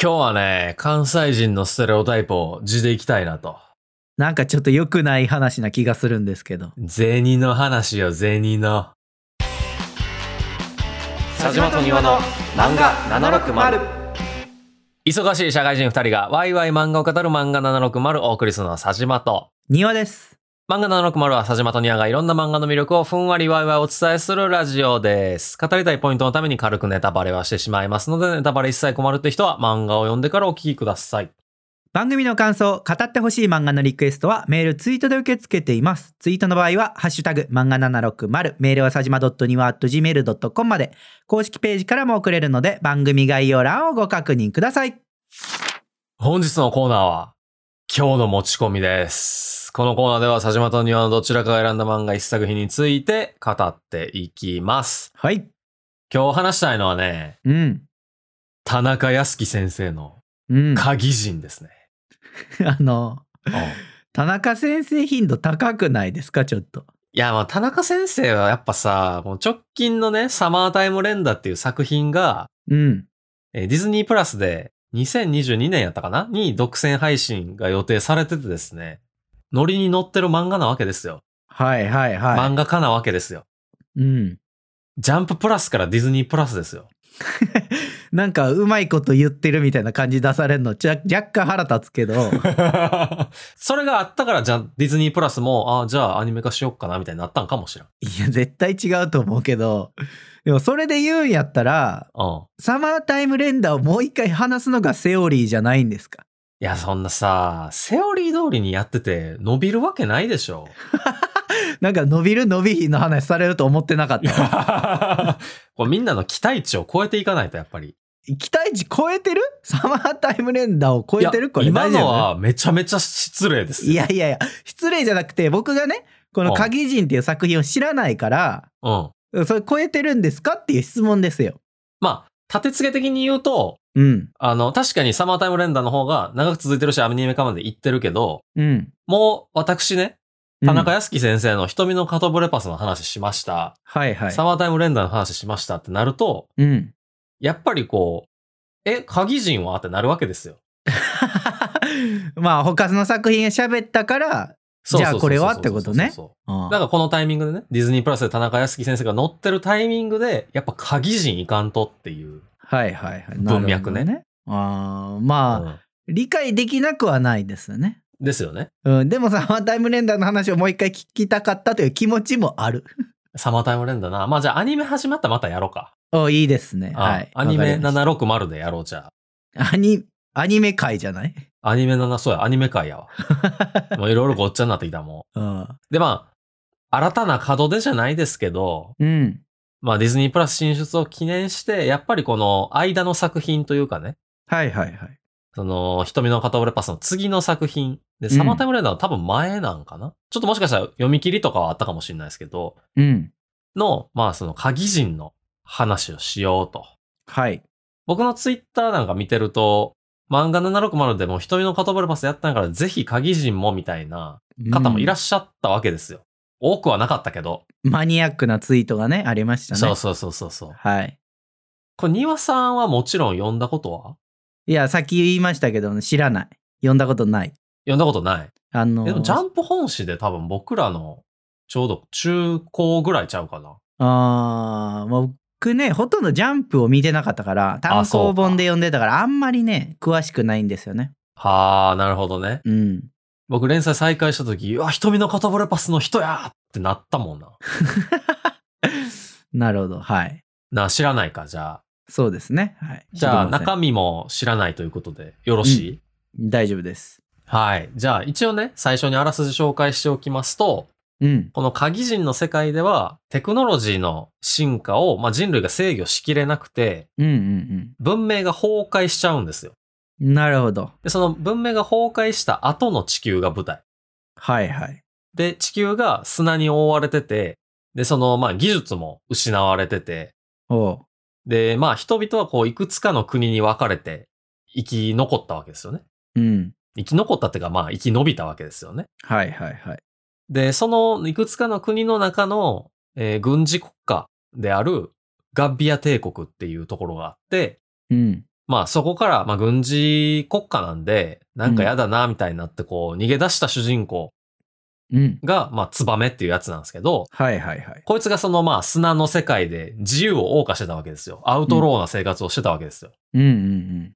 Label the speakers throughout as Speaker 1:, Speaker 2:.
Speaker 1: 今日はね、関西人のステレオタイプを地でいきたいなと。
Speaker 2: なんかちょっと良くない話な気がするんですけど。
Speaker 1: 銭の話よ、銭の。
Speaker 3: 佐島と庭の漫画760
Speaker 1: 忙しい社会人二人がワイワイ漫画を語る漫画760をお送りするのは佐島と。
Speaker 2: 庭です。
Speaker 1: 漫画760は佐島とニアがいろんな漫画の魅力をふんわりわいわいお伝えするラジオです。語りたいポイントのために軽くネタバレはしてしまいますので、ネタバレ一切困るって人は漫画を読んでからお聞きください。
Speaker 2: 番組の感想、語ってほしい漫画のリクエストはメール、ツイートで受け付けています。ツイートの場合は、ハッシュタグ、漫画760、メールはさじま .niwa.gmail.com まで、公式ページからも送れるので、番組概要欄をご確認ください。
Speaker 1: 本日のコーナーは、今日の持ち込みです。このコーナーでは佐島と庭のどちらかが選んだ漫画一作品について語っていきます。
Speaker 2: はい。
Speaker 1: 今日話したいのはね、
Speaker 2: うん。
Speaker 1: 田中康樹先生の
Speaker 2: うん。 あ
Speaker 1: 鍵人ですね。
Speaker 2: の、
Speaker 1: うんい
Speaker 2: 田中先生頻度高くないですか、ちょっと。
Speaker 1: や、まあ、田中先生はやっぱさ、もう直近のね、サマータイム連打っていう作品が、
Speaker 2: うん。
Speaker 1: えーディズニープラスで2022年やったかなに独占配信が予定されててですね、ノリに乗ってる漫画なわけですよ。
Speaker 2: はいはいは
Speaker 1: 漫画家なわけですよ。
Speaker 2: い。うん。
Speaker 1: ジャンププラスからディズニープラスです よ。
Speaker 2: なんか、うまいこと言ってるみたいな感じ出されるの、ちゃ若干腹立つけど。
Speaker 1: それがあったから、じゃあディズニープラスも、あじゃあアニメ化しよっかなみたいになったんかもしれん。
Speaker 2: いや、絶対違うと思うけど、でもそれで言うんやったら、
Speaker 1: うん。
Speaker 2: サマータイムレンダーをもう一回話すのがセオリーじゃないんですか。
Speaker 1: いや、そんなさ、セオリー通りにやってて伸びるわけないでし ょ。
Speaker 2: なんか伸びる伸びひんの話されると思ってなかっ
Speaker 1: い
Speaker 2: た。
Speaker 1: やこれみんなの期待値を超えていかないと、やっぱり。
Speaker 2: 期待値超えてるサマータイムレンダーを超えて
Speaker 1: いや
Speaker 2: るこれ
Speaker 1: 今
Speaker 2: 大丈
Speaker 1: の
Speaker 2: 夫
Speaker 1: はめちゃめちゃ失礼ですよ。
Speaker 2: いやいやいや、失礼じゃなくて僕がね、この鍵人っていう作品を知らないから、
Speaker 1: うん。
Speaker 2: それ超えてるんですかっていう質問ですよ。
Speaker 1: まあ、立て付け的に言うと、
Speaker 2: うん。
Speaker 1: あの、確かにサマータイムレンダーの方が長く続いてるし、アニメ化まで行ってるけど、
Speaker 2: うん。
Speaker 1: もう私ね、田中
Speaker 2: うん
Speaker 1: 康樹先生の瞳のカトブレパスの話しました。
Speaker 2: はいはい。
Speaker 1: サマータイムレンダーの話しましたってなると、
Speaker 2: うん。
Speaker 1: やっぱりこう、え、鍵人はってなるわけですよ。
Speaker 2: まあ他の作品喋ったから、
Speaker 1: そうそうそう
Speaker 2: じゃあこれはってこと
Speaker 1: そ
Speaker 2: ね
Speaker 1: うそうそうだからこのタイミングでね、ディズニープラスで田中康樹先生が乗ってるタイミングで、やっぱ鍵人いかんとっていう。
Speaker 2: はいはいはい。
Speaker 1: 文脈ね
Speaker 2: なるほどあーまあ、
Speaker 1: うん
Speaker 2: 理解できなくはないですよね。
Speaker 1: ですよね。
Speaker 2: うん、でもさ、ワンタイムレンダーの話をもう一回聞きたかったという気持ちもある。
Speaker 1: サマータイムレンダーな。まあじゃあアニメ始まったらまたやろうか。
Speaker 2: おいいですね。
Speaker 1: あ
Speaker 2: はい。
Speaker 1: アニメ
Speaker 2: わか
Speaker 1: 760でやろうじゃあ。
Speaker 2: りましたアニ、アニメ界じゃない、
Speaker 1: アニメ7、そうや、アニメ界や わ。もういろいろごっちゃになってきたも
Speaker 2: うん、
Speaker 1: ん。でまあ、新たな門出じゃないですけど、
Speaker 2: うん。
Speaker 1: まあディズニープラス進出を記念して、やっぱりこの間の作品というかね、
Speaker 2: はいはいはい。
Speaker 1: その、瞳の片割れパスの次の作品。で、
Speaker 2: うん
Speaker 1: サマータイムレンダーの多分前なんかな、ちょっともしかしたら読み切りとかはあったかもしれないですけど、
Speaker 2: うん。
Speaker 1: の、まあその鍵人の話をしようと。
Speaker 2: はい。
Speaker 1: 僕のツイッターなんか見てると、漫画760でも瞳の片割れパスやったんやから、ぜひ鍵人もみたいな方もいらっ
Speaker 2: し
Speaker 1: しゃったわけですよ。多くはなかったけど。
Speaker 2: ゃマニアックなツイートがね、ありましたね。
Speaker 1: そうそうそうそうそう。
Speaker 2: はい。
Speaker 1: これ、庭さんはもちろん読んだことはい
Speaker 2: や、さっき言いましたけど、知らない。読んだことない。
Speaker 1: 読んだことない。
Speaker 2: あの、
Speaker 1: でも、ジャンプ本誌で多分僕らの、ちょうど中高ぐらいちゃうかな。
Speaker 2: ああ、まあ僕ね、ほとんどジャンプを見てなかったから、単行本で読んでたから、あんまりね、詳しくないんですよね。
Speaker 1: はあ、なるほどね。
Speaker 2: うん。
Speaker 1: 僕連載再開した時、うわ、瞳の片ぼれパスの人やってなったもんな。
Speaker 2: なるほど。はい。
Speaker 1: なあ、知らないか、じゃあ。
Speaker 2: そうですね。はい。
Speaker 1: じゃあ、
Speaker 2: 知りません
Speaker 1: 中身も知らないということで、よろしい、
Speaker 2: 大丈夫です。
Speaker 1: はい。じゃあ、一応ね、最初にあらすじ紹介しておきますと、
Speaker 2: うん。
Speaker 1: この鍵人の世界では、テクノロジーの進化を、まあ、人類が制御しきれなくて、
Speaker 2: うんうん
Speaker 1: 文明が崩壊しちゃうんですよ。
Speaker 2: うん。なるほど。
Speaker 1: で、その文明が崩壊した後の地球が舞台。
Speaker 2: はいはい。
Speaker 1: で、地球が砂に覆われてて、で、その、まあ、技術も失われてて、
Speaker 2: おう。
Speaker 1: で、まあ、人々はこう、いくつかの国に分かれて、生き残ったわけですよね。
Speaker 2: うん。
Speaker 1: 生き残ったっていうか、まあ、生き延びたわけですよね。
Speaker 2: はいはいはい。
Speaker 1: で、そのいくつかの国の中の、えー軍事国家であるガッビア帝国っていうところがあって、
Speaker 2: うん。
Speaker 1: まあそこから、まあ軍事国家なんで、なんかやだな、みたいになって、こう、逃げ出した主人公
Speaker 2: うん。
Speaker 1: が、まあツバメっていうやつなんですけど、
Speaker 2: はいはいはい。
Speaker 1: こいつがそのまあ砂の世界で自由を謳歌してたわけですよ。アウトローな生活をしてたわけですよ。
Speaker 2: うんうん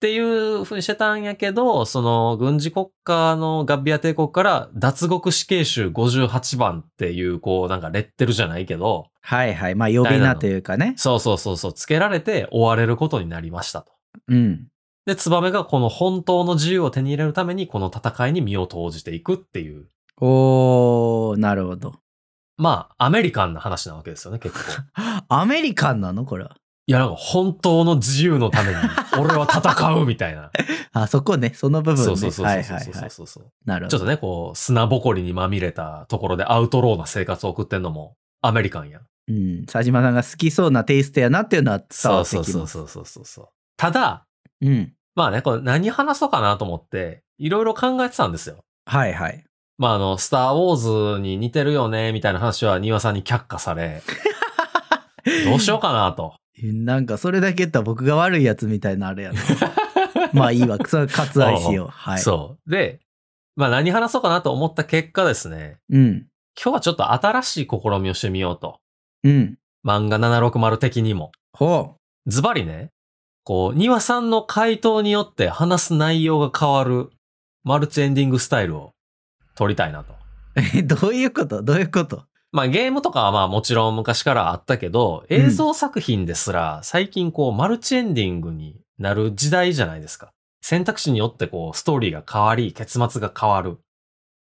Speaker 1: っていうふうにしてたんやけど、その軍事国家のガッビア帝国から脱獄死刑囚58番っていう、こうなんかレッテルじゃないけど、
Speaker 2: はいはい。まあ、呼び名というかね。
Speaker 1: そうそうそうそう、つけられて追われることになりましたと。
Speaker 2: うん。
Speaker 1: で、ツバメがこの本当の自由を手に入れるために、この戦いに身を投じていくっていう、
Speaker 2: おー、なるほど。
Speaker 1: まあ、アメリカンな話なわけですよね、結構。
Speaker 2: アメリカンなのこれは。
Speaker 1: いや、なんか本当の自由のた めに、俺は戦うみたいな。
Speaker 2: あ、そこね。その部分ね。
Speaker 1: そうそうそう
Speaker 2: は
Speaker 1: そ
Speaker 2: いうはい
Speaker 1: そう
Speaker 2: はい。
Speaker 1: そうそう。
Speaker 2: なるほ
Speaker 1: ちょ
Speaker 2: ど。
Speaker 1: っとね、こう、砂ぼこりにまみれたところでアウトローな生活を送ってんのもアメリカンやん。
Speaker 2: うん。佐島さんが好きそうなテイストやなっていうのは伝わってき
Speaker 1: そう
Speaker 2: ます。
Speaker 1: そうそうそうそうそう。ただ、
Speaker 2: うん。
Speaker 1: まあね、これ何話そうかなと思って、いろいろ考えてたんですよ。
Speaker 2: はいはい。
Speaker 1: まああの、スター・ウォーズに似てるよね、みたいな話は庭さんに却下さ れ、どうしようかなと。
Speaker 2: なんかそれだけ言ったら僕が悪いやつみたいなあれ やな。まあいいわ。それは割愛しよう。はい。
Speaker 1: そう。で、まあ何話そうかなと思った結果ですね、
Speaker 2: う。うん。
Speaker 1: 今日はちょっと新しい試みをしてみようと。
Speaker 2: うん。
Speaker 1: 漫画760的にも。
Speaker 2: ほ
Speaker 1: ズバリね、こう、庭さんの回答によって話す内容が変わるマルチエンディングスタイルを取りたいなと。
Speaker 2: う。え、どういうことどういうこと
Speaker 1: まあゲームとかはまあもちろん昔からあったけど、
Speaker 2: うん
Speaker 1: 映像作品ですら最近こうマルチエンディングになる時代じゃないですか。選択肢によってこうストーリーが変わり、結末が変わる。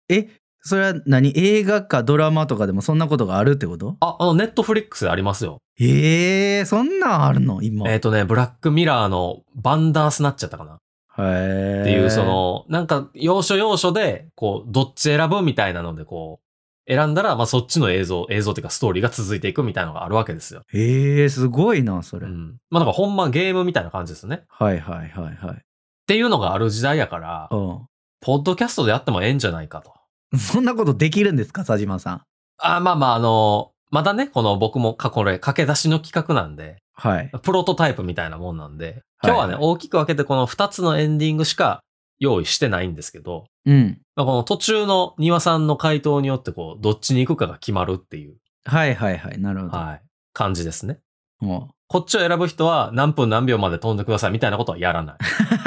Speaker 2: え、それは何映画かドラマとかでもそんなことがあるってこと
Speaker 1: あ、あのネットフリックスでありますよ。
Speaker 2: ええそんなんあるの今。
Speaker 1: えっ、とね、ブラックミラーのバンダースナッチやったかな。
Speaker 2: へえ。
Speaker 1: っていう、そ、の、なんか、要所要所で、こう、どっち選ぶみたいなので、こう、選んだら、まあ、そっちの映像、映像っていうか、ストーリーが続いていくみたいなのがあるわけですよ。
Speaker 2: ええすごいな、そうれ。
Speaker 1: ん。まあ、なんか、ほんまゲームみたいな感じですね。っ
Speaker 2: はいはいはいはい。
Speaker 1: ていうのがある時代やから、
Speaker 2: う
Speaker 1: ポッドキャストでやってもええんじゃないかと。
Speaker 2: ん。そんなことできるんですか、佐島さん。
Speaker 1: あ、まあまあ、あの、またね、この僕も過去で駆け出しの企画なんで、
Speaker 2: はい。
Speaker 1: プロトタイプみたいなもんなんで、今日はね、
Speaker 2: はい
Speaker 1: 大きく分けてこの2つのエンディングしか用意してないんですけど、
Speaker 2: うん。
Speaker 1: まあ、この途中の庭さんの回答によって、こう、どっちに行くかが決まるっていう。
Speaker 2: はいはいはい。なるほど。
Speaker 1: はい。感じですね。
Speaker 2: も。
Speaker 1: こっちを選ぶ人は何分何秒まで飛んでくださいみたいなことはやらないう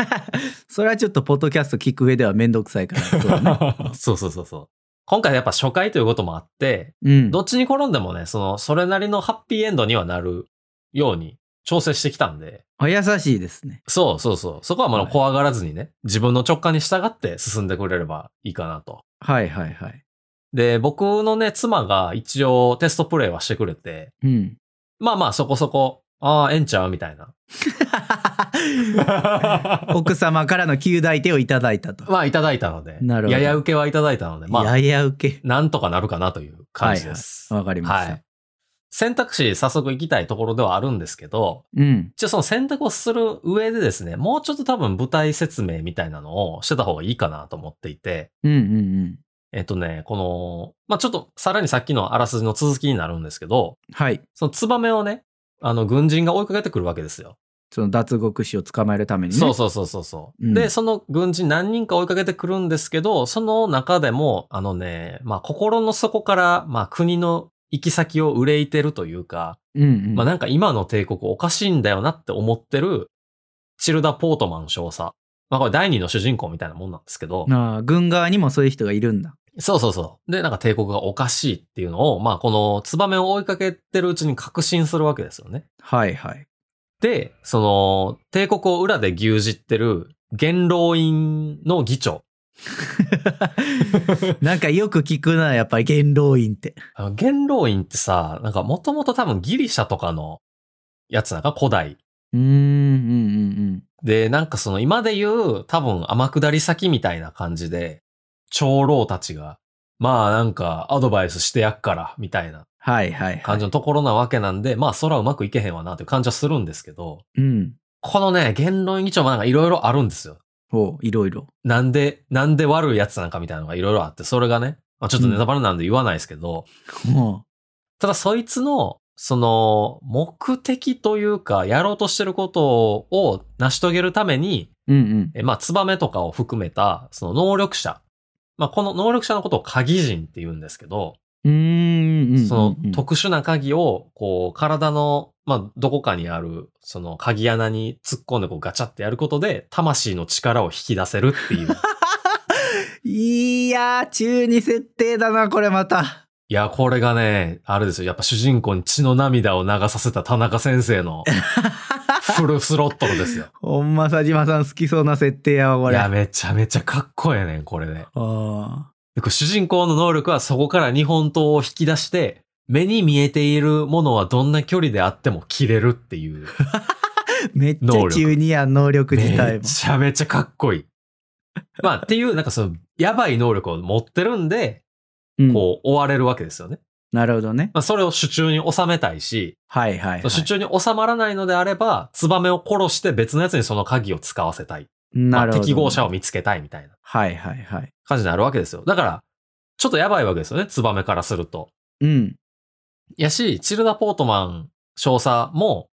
Speaker 2: それはちょっと、ポッドキャスト聞く上ではめんどくさいから。そうね
Speaker 1: そうそうそうそう。今回やっぱ初回ということもあって、
Speaker 2: うん。
Speaker 1: どっちに転んでもね、その、それなりのハッピーエンドにはなるように調整してきたんで、
Speaker 2: あ優しいですね。
Speaker 1: そうそうそう。そこはまあ
Speaker 2: はい
Speaker 1: 怖がらずにね、自分の直感に従って進んでくれればいいかなと。
Speaker 2: はいはいはい。
Speaker 1: で、僕のね、妻が一応テストプレイはしてくれて、
Speaker 2: うん。
Speaker 1: まあまあそこそこ、ああ、ええんちゃうみたい な。
Speaker 2: 奥様からの旧大手をいただいたと。
Speaker 1: まあ、いただいたので、
Speaker 2: なるほど
Speaker 1: やや受けはいただいたので、まあ、
Speaker 2: やや受け。
Speaker 1: なんとかなるかなという感じです。
Speaker 2: わかりました。
Speaker 1: はい選択肢、早速行きたいところではあるんですけど、
Speaker 2: うん。
Speaker 1: 一応その選択をする上でですね、もうちょっと多分舞台説明みたいなのをしてた方がいいかなと思っていて、
Speaker 2: うんうんうん。
Speaker 1: えっとね、この、まあ、ちょっとさらにさっきのあらすじの続きになるんですけど、
Speaker 2: はい。
Speaker 1: そのツバメをね、あの、軍人が追いかけてくるわけですよ。
Speaker 2: その脱獄死を捕まえるためにね。
Speaker 1: そうそうそうそうそう、
Speaker 2: うん
Speaker 1: で、その軍人何人か追いかけてくるんですけど、その中でも、あのね、まあ心の底から、まあ国の行き先を憂いてるというか、
Speaker 2: う。うんうん。
Speaker 1: まあなんか今の帝国おかしいんだよなって思ってる、チルダ・ポートマン少佐。まあこれ第二の主人公みたいなもんなんですけど、
Speaker 2: ああ軍側にもそういう人がいるんだ。
Speaker 1: そうそうそう。で、なんか帝国がおかしいっていうのを、まあこのツバメを追いかけてるうちに確信するわけですよね。
Speaker 2: はい はい。
Speaker 1: で、その、帝国を裏で牛耳ってる元老院の議長。
Speaker 2: なんかよく聞くな、やっぱり元老 院って。
Speaker 1: あの元老院ってさ、なんかもともと多分ギリシャとかのやつなんか古代。
Speaker 2: うーん、うん、
Speaker 1: で、なんかその今で言う多分天下り先みたいな感じで、長老たちが、まあなんかアドバイスしてやっから、みたいな
Speaker 2: はいはいはい。
Speaker 1: 感じのところなわけなんで、まあそらうまくいけへんわなという感じはするんですけど、
Speaker 2: うん。
Speaker 1: このね、元老院議長もなんかいろいろあるんですよ。
Speaker 2: ほう、いろいろ。
Speaker 1: なんで、なんで悪いやつなんかみたいなのがいろいろあって、それがね、まあ、ちょっとネタバレなんで言わないですけど、
Speaker 2: ほ
Speaker 1: ただそいつの、その、目的というか、やろうとしてることを成し遂げるために、
Speaker 2: うんうん。
Speaker 1: えまあ、ツバメとかを含めた、その能力者。まあ、この能力者のことを鍵人って言うんですけど、
Speaker 2: うーん。うん
Speaker 1: その
Speaker 2: うんうん
Speaker 1: 特殊な鍵を、こう、体の、まあ、どこかにある、その鍵穴に突っ込んで、こう、ガチャってやることで、魂の力を引き出せる っていう。
Speaker 2: いやー、中二設定だな、これまた。
Speaker 1: いや、これがね、あれですよ。やっぱ主人公に血の涙を流させた田中先生 のフルスロットルですよ。
Speaker 2: ほんま、佐島さん好きそうな設定やわ、こ
Speaker 1: い
Speaker 2: れ。
Speaker 1: や、
Speaker 2: あ
Speaker 1: めちゃめちゃかっこええねん、これね。
Speaker 2: ー
Speaker 1: でこう主人公の能力はそこから日本刀を引き出して、目に見えているものはどんな距離であっても切れるっていう。
Speaker 2: めっち
Speaker 1: 能
Speaker 2: ゃ
Speaker 1: 力
Speaker 2: 中二やん、能力自体
Speaker 1: め
Speaker 2: も。
Speaker 1: ちゃめちゃかっこいい。まあ、っていう、なんかその、やばい能力を持ってるんで、
Speaker 2: うん
Speaker 1: こう、追われるわけですよね。
Speaker 2: なるほどね。
Speaker 1: まあ、それを手中に収めたいし、
Speaker 2: はいはい、はい。
Speaker 1: 手中に収まらないのであれば、ツバメを殺して別のやつにその鍵を使わせたい。ま
Speaker 2: な
Speaker 1: あ
Speaker 2: るほど、
Speaker 1: 適合者を見つけたいみたいな
Speaker 2: はいはいはい。
Speaker 1: 感じになるわけですよ。だから、ちょっとやばいわけですよね、ツバメからすると。
Speaker 2: うん。
Speaker 1: やし、チルダ・ポートマン少佐も、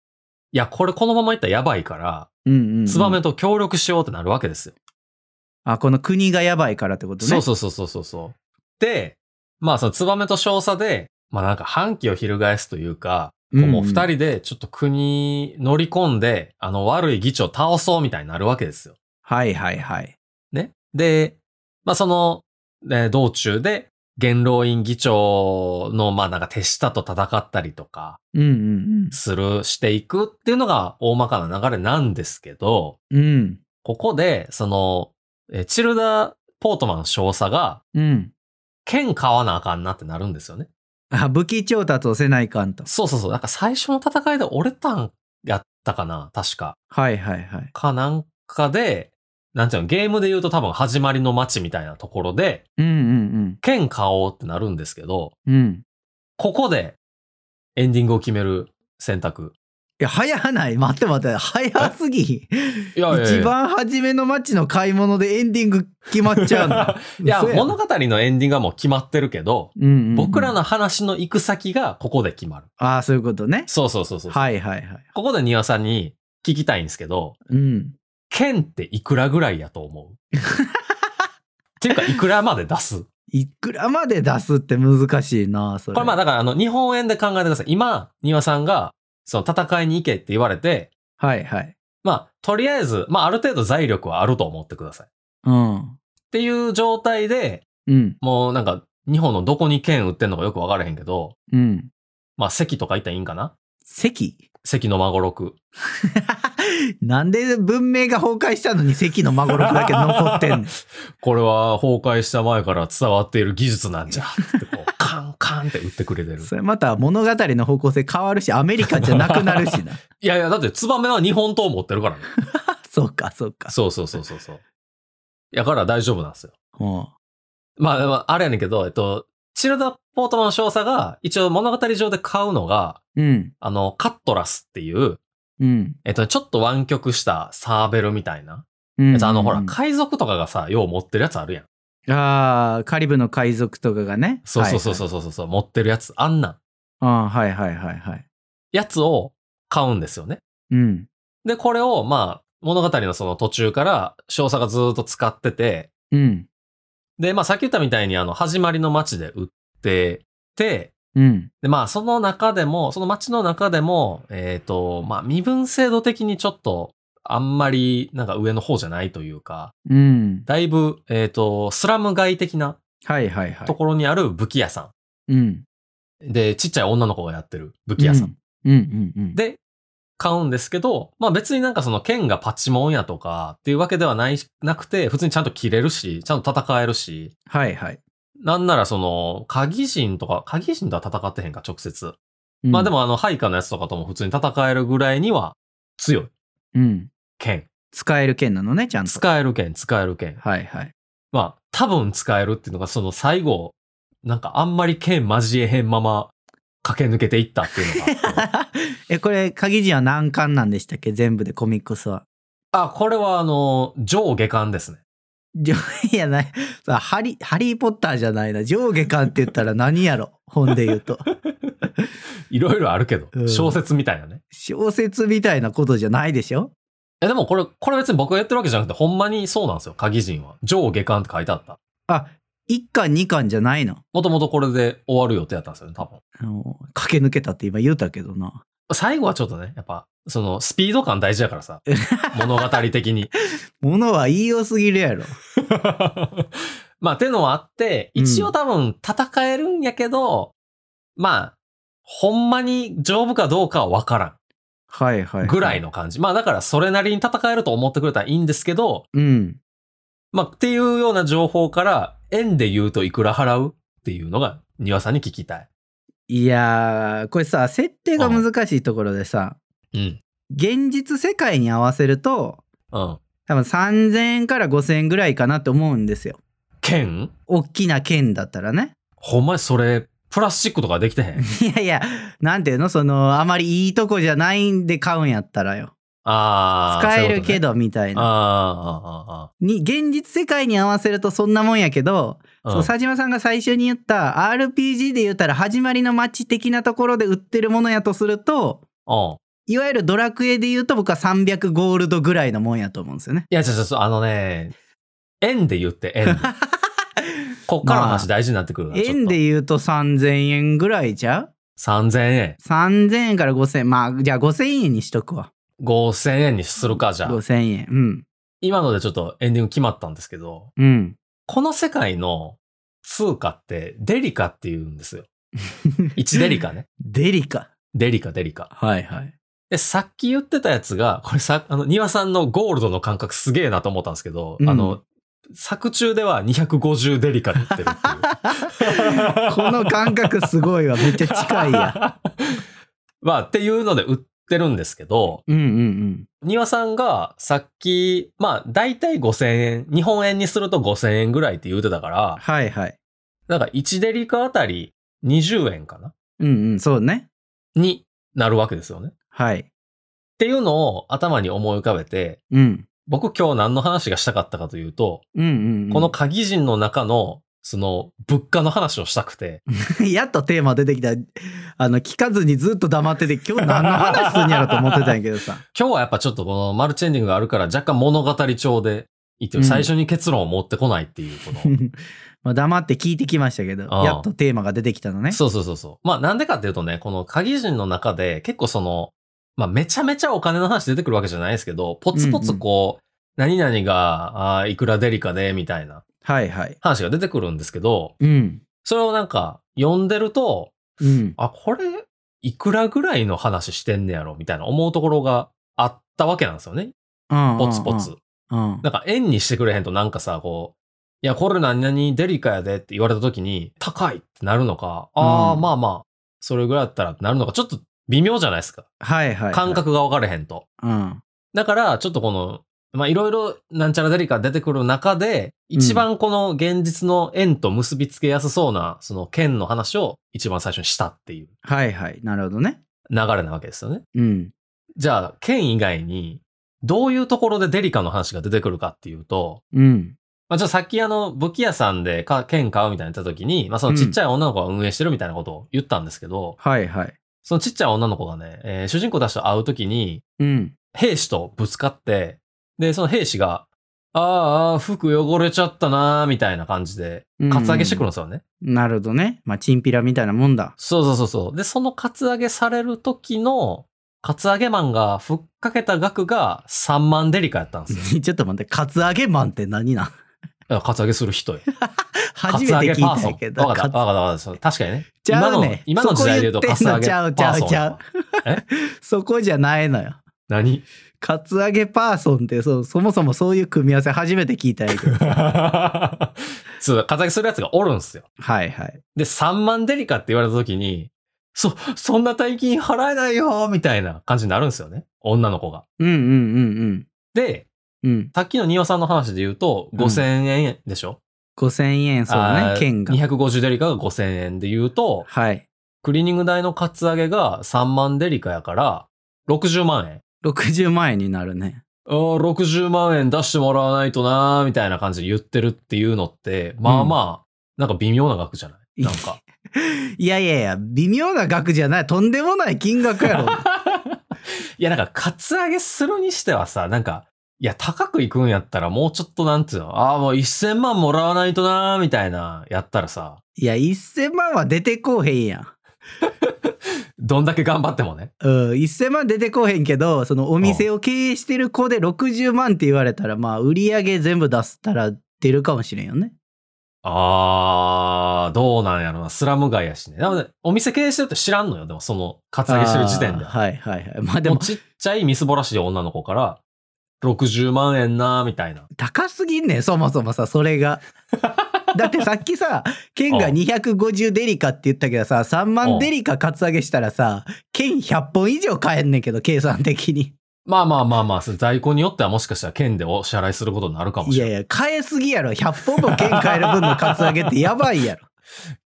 Speaker 1: いや、これこのままいったらやばいから、
Speaker 2: うんうん、うん。
Speaker 1: ツバメと協力しようってなるわけですよ。
Speaker 2: あ、この国がやばいからってことね。
Speaker 1: そうそうそうそうそうそう。で、まあそのツバメと少佐で、まあなんか反旗を翻すというか、
Speaker 2: うんうん
Speaker 1: もう二人でちょっと国乗り込んで、あの悪い議長倒そうみたいになるわけですよ。
Speaker 2: はいはいはい。
Speaker 1: ね。で、まあその、ね道中で、元老院議長の、まあなんか手下と戦ったりとか、
Speaker 2: うんうん
Speaker 1: する、していくっていうのが大まかな流れなんですけど、
Speaker 2: うん。うん。
Speaker 1: ここで、その、えチルダ・ポートマン少佐が、
Speaker 2: うん。
Speaker 1: 剣買わなあかんなってなるんですよね。
Speaker 2: あ、武器調達をせないかんと。
Speaker 1: そうそうそう。なんか最初の戦いで折れたんやったかな確か。
Speaker 2: はいはいはい。
Speaker 1: かなんかで、なんていうの、ゲームで言うと多分始まりの街みたいなところで、
Speaker 2: うんうん
Speaker 1: 剣買おうってなるんですけど、
Speaker 2: うん。うん。
Speaker 1: ここでエンディングを決める選択。
Speaker 2: いや、早ない。待って待って。早すぎひん。
Speaker 1: いや
Speaker 2: 一番初めの街の買い物でエンディング決まっちゃうの。
Speaker 1: いや、
Speaker 2: 嘘ん
Speaker 1: 物語のエンディングはもう決まってるけど、
Speaker 2: うんうんうん
Speaker 1: 僕ら。の話の行く先がここで決まる。
Speaker 2: ああ、そういうことね。
Speaker 1: そうそうそうそう。
Speaker 2: はいはいはい。
Speaker 1: ここで庭さんに聞きたいんですけど、
Speaker 2: うん。
Speaker 1: 剣っていくらぐらいやと思 うっていうか、いくらまで出す
Speaker 2: いくらまで出すって難しいな、それ。
Speaker 1: これまあだからあの日本円で考えてください。今、庭さんがその戦いに行けって言われて、
Speaker 2: はいはい。
Speaker 1: まあとりあえず、まあある程度財力はあると思ってください。っ
Speaker 2: うん。
Speaker 1: ていう状態で
Speaker 2: うん。
Speaker 1: もうなんか日本のどこに剣売ってんのかよくわからへんけど、
Speaker 2: うん。
Speaker 1: まあ関とか言ったらいいんかな
Speaker 2: 席
Speaker 1: 関の孫六。
Speaker 2: なんで文明が崩壊したのに関の孫六だけ残ってん の
Speaker 1: これは崩壊した前から伝わっている技術なんじゃってこう カンカンって打ってくれてる
Speaker 2: それまた物語の方向性変わるしアメリカンじゃなくなるし な
Speaker 1: いやいやだってツバメは日本刀持ってるからね
Speaker 2: そうかそうか
Speaker 1: そうそうそうそうそうやから大丈夫なんですよ
Speaker 2: うん
Speaker 1: まあまああれやねんけどえっとチルダ・ポートマン少佐が一応物語上で買うのが
Speaker 2: うん
Speaker 1: あのカットラスっていう
Speaker 2: うん
Speaker 1: えっとちょっと湾曲したサーベルみたいな
Speaker 2: うん
Speaker 1: やつあのほら
Speaker 2: うん
Speaker 1: 海賊とかがさよう持ってるやつあるやん
Speaker 2: あーカリブの海賊とかがね
Speaker 1: そうそうそうそうそうそう持ってるやつあんなん
Speaker 2: はいはい、あーはいはいはいはい
Speaker 1: やつを買うんですよね
Speaker 2: うん
Speaker 1: で、これを、まあ、物語のその途中から、少佐がずーっと使ってて、
Speaker 2: うん
Speaker 1: で、まあ、さっき言ったみたいに、あの、始まりの街で売ってて、
Speaker 2: うん
Speaker 1: で、まあ、その中でも、その街の中でも、えっ、と、まあ、身分制度的にちょっと、あんまり、なんか上の方じゃないというか、
Speaker 2: うん
Speaker 1: だいぶ、えっ、と、スラム街的な
Speaker 2: はいはいはい
Speaker 1: ところにある武器屋さ
Speaker 2: うん
Speaker 1: ん。で、ちっちゃい女の子がやってる武器屋さん。
Speaker 2: うんうんうんうん
Speaker 1: で、買うんですけど、まあ別になんかその剣がパチモンやとかっていうわけではない、なくて、普通にちゃんと切れるし、ちゃんと戦えるし、
Speaker 2: はいはい、
Speaker 1: なんならその、鍵人とか、鍵人とは戦ってへんか、直接。
Speaker 2: うん
Speaker 1: まあでもあの、配下のやつとかとも普通に戦えるぐらいには強い。
Speaker 2: うん
Speaker 1: 剣。
Speaker 2: 使える剣なのねちゃんと
Speaker 1: 使える剣、使える剣。
Speaker 2: はいはい
Speaker 1: まあ、多分使えるっていうのが、その最後、なんかあんまり剣交えへんまま駆け抜けていったっていうの があって。
Speaker 2: えこれ鍵陣は何巻なんでしたっけ全部でコミックスは
Speaker 1: あ、これはあの、上下巻ですね。
Speaker 2: 上いやない さハリハリー・ポッターじゃないな上下巻って言ったら何やろ本で言う と
Speaker 1: いろいろあるけど、
Speaker 2: うん
Speaker 1: 小説みたいなね。
Speaker 2: 小説みたいなことじゃないでしょ
Speaker 1: え、でもこれ、これ別に僕が言ってるわけじゃなくて、ほんまにそうなんですよ、鍵人は。上下巻って書いてあった。
Speaker 2: あ一巻二巻じゃないの
Speaker 1: もともとこれで終わる予定だったんですよね、多分。
Speaker 2: あの駆け抜けたって今言うたけどな
Speaker 1: 最後はちょっとね、やっぱ、その、スピード感大事やからさ。物語的 に。
Speaker 2: ものは言いよすぎるやろ
Speaker 1: まあ、てのはあって、一応多分戦えるんやけど、まあ、ほんまに丈夫かどうかはわから
Speaker 2: はいはいは
Speaker 1: ん。ぐらいの感じ。まあ、だからそれなりに戦えると思ってくれたらいいんですけど、
Speaker 2: うん
Speaker 1: まあ、っていうような情報から、円で言うといくら払うっていうのが、庭さんに聞きたい。
Speaker 2: いやーこれさ設定が難しいところでさ
Speaker 1: うん。
Speaker 2: 現実世界に合わせると
Speaker 1: うん。
Speaker 2: 多分3,000円から5,000円ぐらいかなと思うんですよ
Speaker 1: 剣
Speaker 2: 大きな剣だったらね
Speaker 1: ほんまにそれ、プラスチックとかできてへん
Speaker 2: いやいやなんていうのそのあまりいいとこじゃないんで買うんやったらよ
Speaker 1: ああ。
Speaker 2: 使えるけ
Speaker 1: ど。
Speaker 2: どみたい
Speaker 1: あ
Speaker 2: な
Speaker 1: あ、あ
Speaker 2: に現実世界に合わせるとそんなもんやけど、
Speaker 1: あ、
Speaker 2: そう佐島さんが最初に言った RPG で言ったら始まりの街的なところで売ってるものやとすると
Speaker 1: うん。うん
Speaker 2: いわゆるドラクエで言うと僕は300ゴールドぐらいのもんやと思うんですよね。
Speaker 1: いや、ちょ、ちょ、そうあのね、円で言って、円 で。こっからの話大事になってくるな。ちょっと
Speaker 2: 円で言うと3,000円ぐらいじゃ
Speaker 1: 3000円、
Speaker 2: う ?3,000 円から5,000円まあじゃあ5,000円にしとくわ
Speaker 1: 5000円にするか、じゃあ。
Speaker 2: 5,000円うん
Speaker 1: 今のでちょっとエンディング決まったんですけど、
Speaker 2: うん
Speaker 1: この世界の通貨ってデリカって言うんです よ。1デリカね。
Speaker 2: デリカ
Speaker 1: デリカ、デリカ。
Speaker 2: はいはい
Speaker 1: で、さっき言ってたやつが、これさ、あの、庭さんのゴールドの感覚すげえなと思ったんですけど、
Speaker 2: うん
Speaker 1: あの、作中では250デリカで言ってるっていう。
Speaker 2: この感覚すごいわめっちゃ近い や
Speaker 1: まあ、っていうので売ってるんですけど、
Speaker 2: うんうんうん
Speaker 1: 庭さんがさっき、まあ、だいたい5000円、日本円にすると5000円ぐらいって言うてたから、
Speaker 2: はいはい
Speaker 1: なんか1デリカあたり20円かな
Speaker 2: うんうんそうね
Speaker 1: になるわけですよね。っ
Speaker 2: はい
Speaker 1: ていうのを頭に思い浮かべて、
Speaker 2: うん
Speaker 1: 僕今日何の話がしたかったかというと、
Speaker 2: うんうんうん
Speaker 1: この鍵人の中の、その、物価の話をしたくて。
Speaker 2: やっとテーマ出てきたあの聞かずにずっと黙ってて今日何の話すんやろと思ってたんやけ どさ
Speaker 1: 今日はやっぱちょっとこのマルチエンディングがあるから若干物語調で言ってる、
Speaker 2: うん
Speaker 1: 最初に結論を持ってこないっていう、この。
Speaker 2: まあ黙って聞いてきましたけど
Speaker 1: ああ
Speaker 2: やっとテーマが出てきたのね
Speaker 1: そうそうそうそう。まあなんでかっていうとね、この鍵人の中で結構その、まあめちゃめちゃお金の話出てくるわけじゃないですけど、ポツポツこう、何々が、あーいくらデリカで、みたいな
Speaker 2: はいはい
Speaker 1: 話が出てくるんですけど、
Speaker 2: うん
Speaker 1: それをなんか読んでると、
Speaker 2: うん
Speaker 1: あ、これ、いくらぐらいの話してんねやろ、みたいな思うところがあったわけなんですよね。ポ
Speaker 2: ポ
Speaker 1: ツポツ。
Speaker 2: うん
Speaker 1: なんか円にしてくれへんとなんかさ、こう、いや、これ何々デリカやでって言われた時に、高いってなるのか、ああ、
Speaker 2: うん
Speaker 1: まあまあ、それぐらいだったらってなるのか、ちょっと微妙じゃないですか。
Speaker 2: はいはいはい
Speaker 1: 感覚が分かれへんと。
Speaker 2: うん
Speaker 1: だから、ちょっとこの、まあいろいろなんちゃらデリカ出てくる中で、一番この現実の円と結びつけやすそうな、その剣の話を一番最初にしたっていう
Speaker 2: はいはいなるほどね
Speaker 1: 流れなわけですよね。
Speaker 2: うん
Speaker 1: じゃあ、剣以外に、どういうところでデリカの話が出てくるかっていうと、
Speaker 2: うん
Speaker 1: まあ、ちょっとさっきあの、武器屋さんでか剣買うみたいな言った時に、まあ、そのちっちゃい女の子が運営してるみたいなことを言ったんですけど、
Speaker 2: はいはい
Speaker 1: そのちっちゃい女の子がね、えー主人公たちと会う時に、
Speaker 2: うん
Speaker 1: 兵士とぶつかって、で、その兵士が、あーあー、服汚れちゃったなーみたいな感じで、カツアゲしてくるんですよね。
Speaker 2: なるほどねまあチンピラみたいなもんだ
Speaker 1: そうそうそうそう。で、そのカツアゲされる時の、カツアゲマンがふっかけた額が3万デリカやったんですよ。
Speaker 2: ちょっと待ってカツアゲマンって何なん
Speaker 1: いやカツアゲする人や。カ
Speaker 2: 初
Speaker 1: ツア
Speaker 2: め
Speaker 1: ゲ
Speaker 2: て聞
Speaker 1: パー
Speaker 2: いた
Speaker 1: ソ
Speaker 2: ん
Speaker 1: ン
Speaker 2: やけ。ど
Speaker 1: わかった、
Speaker 2: カツ
Speaker 1: わかった、わかったそう。確かにね。
Speaker 2: ちゃうね
Speaker 1: 今の今の時代で言うとカツアゲ
Speaker 2: そこ
Speaker 1: パ
Speaker 2: 言
Speaker 1: ー
Speaker 2: ってんのちゃう
Speaker 1: ソン
Speaker 2: ちゃ
Speaker 1: や
Speaker 2: う
Speaker 1: わ。
Speaker 2: そこじゃないのよ
Speaker 1: 何
Speaker 2: カツアゲパーソンってそうそもそもそういう組み合わせ初めて聞いたんや けど
Speaker 1: そう、カツアゲするやつがおるんすよ。
Speaker 2: はいはい
Speaker 1: で、3万デリカって言われた時に、そ、そんな大金払えないよみたいな感じになるんですよね。女の子が。
Speaker 2: うんうんうん
Speaker 1: で、
Speaker 2: うんうん
Speaker 1: さっきの庭さんの話で言うと、
Speaker 2: うん
Speaker 1: 5000円でしょ、
Speaker 2: 5000円そう
Speaker 1: あ
Speaker 2: ね
Speaker 1: ー
Speaker 2: 剣が
Speaker 1: 250デリカが5000円で言うと、
Speaker 2: はい
Speaker 1: クリーニング代のカツアゲが3万デリカやから、60万円。
Speaker 2: 60万円になるね
Speaker 1: あー60万円出してもらわないとなーみたいな感じで言ってるっていうのって、まあまあ、なんか微妙な額じゃないなんか。
Speaker 2: いやいやいや、微妙な額じゃない。とんでもない金額 やろ。
Speaker 1: いや、なんか、カツアゲするにしてはさ、なんか、いや、高くいくんやったら、もうちょっとなんつうの、ああ、もう1000万もらわないとなーみたいな、やったらさ、
Speaker 2: いや、1000万は出てこうへんやん。
Speaker 1: どんだけ頑張ってもね。
Speaker 2: うん、1000万出てこうへんけど、そのお店を経営してる子で60万って言われたら、まあ、売り上げ全部出したら出るかもしれんよね。
Speaker 1: あー、どうなんやろな、スラム街やしね。なので、お店経営してるって知らんのよ、でも、その、カツアゲしてる時点で
Speaker 2: あー。はいはいはい。まあで
Speaker 1: でも、
Speaker 2: も、
Speaker 1: ちっちゃいみすぼらしい女の子から、60万円なーみたいな。
Speaker 2: 高すぎんねん、そもそもさ、そ れが。だってさっきさ、県が
Speaker 1: うん
Speaker 2: 250デリカって言ったけどさ、3
Speaker 1: う
Speaker 2: 万
Speaker 1: ん
Speaker 2: デリカカツアゲしたらさ、県100本以上買えんねんけど、計算的に。
Speaker 1: まあまあまあまあ、それ在庫によってはもしかしたら県でお支払いすることになるかも
Speaker 2: い
Speaker 1: しれ
Speaker 2: や
Speaker 1: ない。
Speaker 2: いや、買えすぎやろ。100本も県買える分のカツアゲってやばいやろ。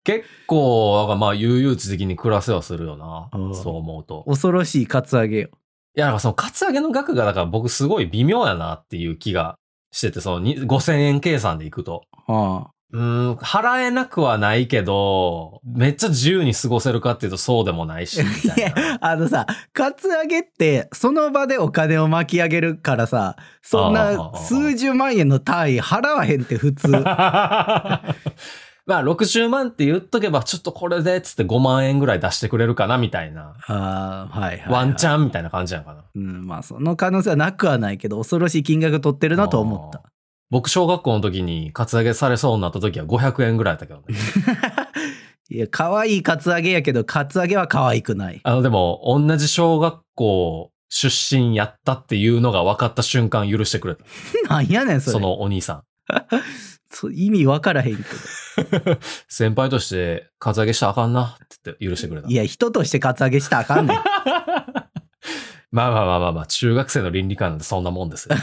Speaker 1: 結構、なんかまあ、悠々自適に暮らせはするよな
Speaker 2: う。ん
Speaker 1: そう思うと。
Speaker 2: 恐ろしいカツアゲよ。
Speaker 1: いや、なんかその、カツアゲの額が、だから僕すごい微妙やなっていう気がしてて、そのに、5000円計算でいくと。
Speaker 2: あ
Speaker 1: うーん、払えなくはないけど、めっちゃ自由に過ごせるかっていうとそうでもない し、みたいな。
Speaker 2: あのさ、カツアゲって、その場でお金を巻き上げるからさ、そんな数十万円の単位払わへんって普通。
Speaker 1: まあ、60万って言っとけば、ちょっとこれで、つって5万円ぐらい出してくれるかな、みたいな。
Speaker 2: あーはいはいはい、
Speaker 1: ワンチ
Speaker 2: ン、
Speaker 1: ャンみたいな感じやんかな。
Speaker 2: うん、まあその可能性はなくはないけど恐ろしい金額取ってるなと思った
Speaker 1: あー僕、小学校の時に、カツアゲされそうになった時は500円ぐらいだったけどね。
Speaker 2: いや可愛いカツアゲやけどカツアゲは可愛く ない
Speaker 1: あの、でも、同じ小学校出身やったっていうのが分かった瞬間許してくれた。
Speaker 2: なんやねんそ
Speaker 1: そ
Speaker 2: れ
Speaker 1: のお兄さん。
Speaker 2: そう意味わからへんけ
Speaker 1: 先輩として、カツアゲしたらあかんなって言って許してくれた
Speaker 2: どい。や人としてカツアゲしたらあかんね ん
Speaker 1: まあまあまあまあまあ、中学生の倫理観なんてそんなもんですよ。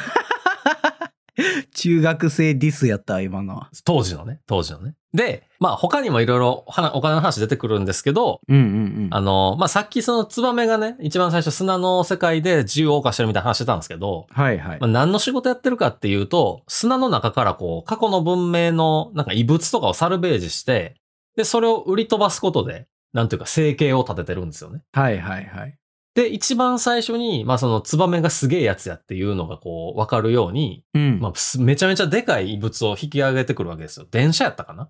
Speaker 2: 中学生ディスやったわ今のは
Speaker 1: 当時のね、当時のね。で、まあ他にもいろいろお金お金の話出てくるんですけど、
Speaker 2: うんうん
Speaker 1: あの、まあさっきそのツバメがね、一番最初砂の世界で自由を謳歌してるみたいな話してたんですけど、
Speaker 2: はいはい
Speaker 1: まあ、何の仕事やってるかっていうと、砂の中からこう、過去の文明のなんか遺物とかをサルベージして、で、それを売り飛ばすことで、なんていうか生計を立ててるんですよね。
Speaker 2: はいはいはい
Speaker 1: で、一番最初に、まあそのツバメがすげえやつやっていうのがこう、わかるように、
Speaker 2: うん
Speaker 1: まあ、すめちゃめちゃでかい遺物を引き上げてくるわけですよ。電車やったかな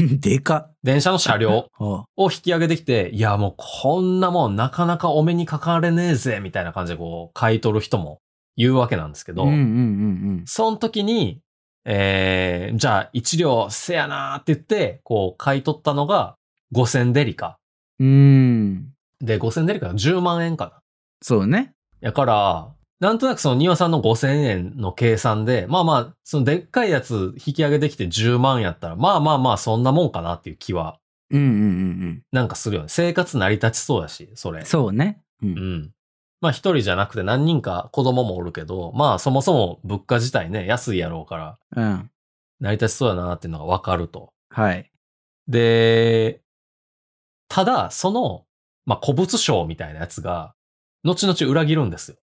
Speaker 2: でか
Speaker 1: 電車の車 両
Speaker 2: っおう
Speaker 1: を引き上げてきて、いや、もうこんなもんなかなかお目にかかれねえぜ、みたいな感じでこう、買い取る人も言うわけなんですけど、
Speaker 2: うんうんうん
Speaker 1: その時に、えー、じゃあ一両せやなーって言って、こう買い取ったのが5000デリカ。
Speaker 2: うんうん
Speaker 1: で、5000デリカが10万円かな。
Speaker 2: そうね
Speaker 1: やから、なんとなくその庭さんの5000円の計算で、まあまあ、そのでっかいやつ引き上げてきて10万やったら、まあまあまあそんなもんかなっていう気は、
Speaker 2: うんうんうん
Speaker 1: なんかするよね。生活成り立ちそうやし、それ。
Speaker 2: うんそうねう
Speaker 1: うんん。まあ一人じゃなくて何人か子供もおるけど、まあそもそも物価自体ね、安いやろうから、
Speaker 2: うん
Speaker 1: 成り立ちそうやなっていうのがわかると。
Speaker 2: はい
Speaker 1: で、ただ、その、まあ、古物商みたいなやつが、後々裏切るんですよ。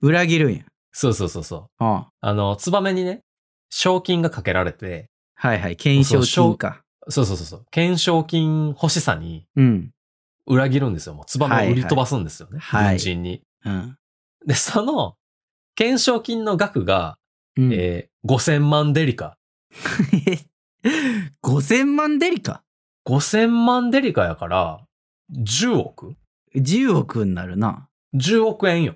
Speaker 2: 裏切るんや
Speaker 1: そうそうそうそう。
Speaker 2: ああ
Speaker 1: あの、ツバメにね、賞金がかけられて、
Speaker 2: はいはい、検証金か。
Speaker 1: そうそうそうそう、懸賞金欲しさに
Speaker 2: うん。
Speaker 1: 裏切るんですよ。もうツバメを売り飛ばすんですよね。
Speaker 2: はいはい
Speaker 1: 軍人に。
Speaker 2: うん。
Speaker 1: で、その、懸賞金の額が、
Speaker 2: うん、
Speaker 1: えー5000万デリカ。
Speaker 2: 5000万デリカ
Speaker 1: 5000万デリカやから、10億
Speaker 2: ?10 億になるな。
Speaker 1: ?10 億円 よ。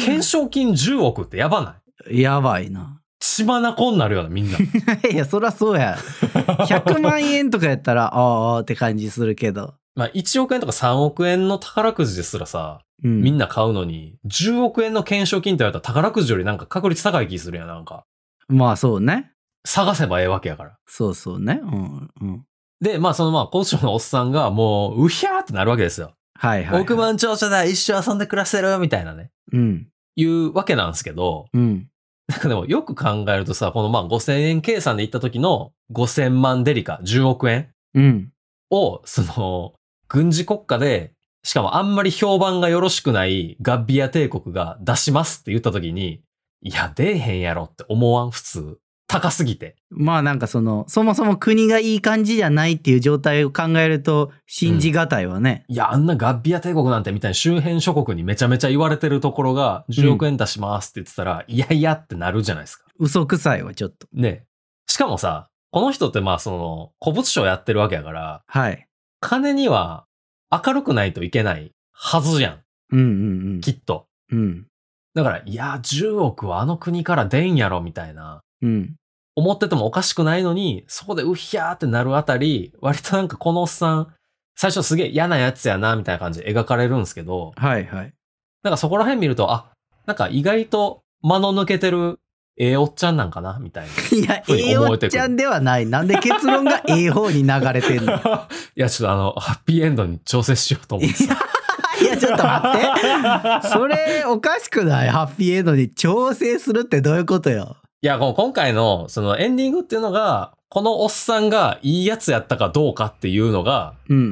Speaker 1: 懸賞金10億ってやばない
Speaker 2: やばいな。
Speaker 1: 血まなこになるよな、みんな。
Speaker 2: いや、そらそうや。100万円とかやったら、 ああって感じするけど。
Speaker 1: まあ、1億円とか3億円の宝くじですらさ、
Speaker 2: うん、
Speaker 1: みん
Speaker 2: な。
Speaker 1: な買うのに、10億円の懸賞金って言われたら宝くじよりなんか確率高い気するやん、なんか。
Speaker 2: まあそうね。
Speaker 1: 探せばええわけやから。
Speaker 2: そうそうね。うん。うん、
Speaker 1: で、まあ、そのまあ、交渉のおっさんがもう、うひゃーってなるわけですよ。
Speaker 2: はいはい、はい。
Speaker 1: 億万長者だ、一生遊んで暮らせる、みたいなね。
Speaker 2: うん。
Speaker 1: いうわけなんですけど、
Speaker 2: うん。
Speaker 1: なんかでもよく考えるとさ、このまあ5000円計算で行った時の5000万デリカ、10億円
Speaker 2: うん。
Speaker 1: を、その、軍事国家でしかもあんまり評判がよろしくないガッビア帝国が出しますって言った時に、いや、出えへんやろって思わん、普通。高すぎて。
Speaker 2: まあなんかそのそもそも国がいい感じじゃないっていう状態を考えると信じがたいわね、
Speaker 1: いや、あんなガッビア帝国なんてみたいに周辺諸国にめちゃめちゃ言われてるところが10億円出しますって言ってたら、いやいやってなるじゃないですか。
Speaker 2: 嘘くさいわちょっと
Speaker 1: ねしかもさ、この人ってまあその古物商やってるわけやから、
Speaker 2: はい
Speaker 1: 金には明るくないといけないはずじゃん。
Speaker 2: うんうん
Speaker 1: きっと。
Speaker 2: うんうん
Speaker 1: だから、いや、10億はあの国から出んやろ、みたいな。
Speaker 2: うん
Speaker 1: 思っててもおかしくないのに、そこでうひゃーってなるあたり、割となんかこのおっさん、最初すげえ嫌なやつやな、みたいな感じで描かれるんですけど、
Speaker 2: はいはい
Speaker 1: なんかそこら辺見ると、あ、なんか意外と間の抜けてる、ええおっちゃんなんかな、みたいな。
Speaker 2: いや
Speaker 1: ふう
Speaker 2: え
Speaker 1: に
Speaker 2: え
Speaker 1: 思
Speaker 2: お
Speaker 1: え
Speaker 2: って
Speaker 1: くる
Speaker 2: ちゃんではないなんで結論がええ方に流れ てん のい
Speaker 1: いや、ちょっとあの、ハッピーエンドに調整しようと思ってさ。
Speaker 2: や ちょっと待 ってそれおかしくないハッピーエンドに調整するってどういうことよ
Speaker 1: いや、この今回の、そのエンディングっていうのが、このおっさんがいいやつやったかどうかっていうのが、
Speaker 2: うんう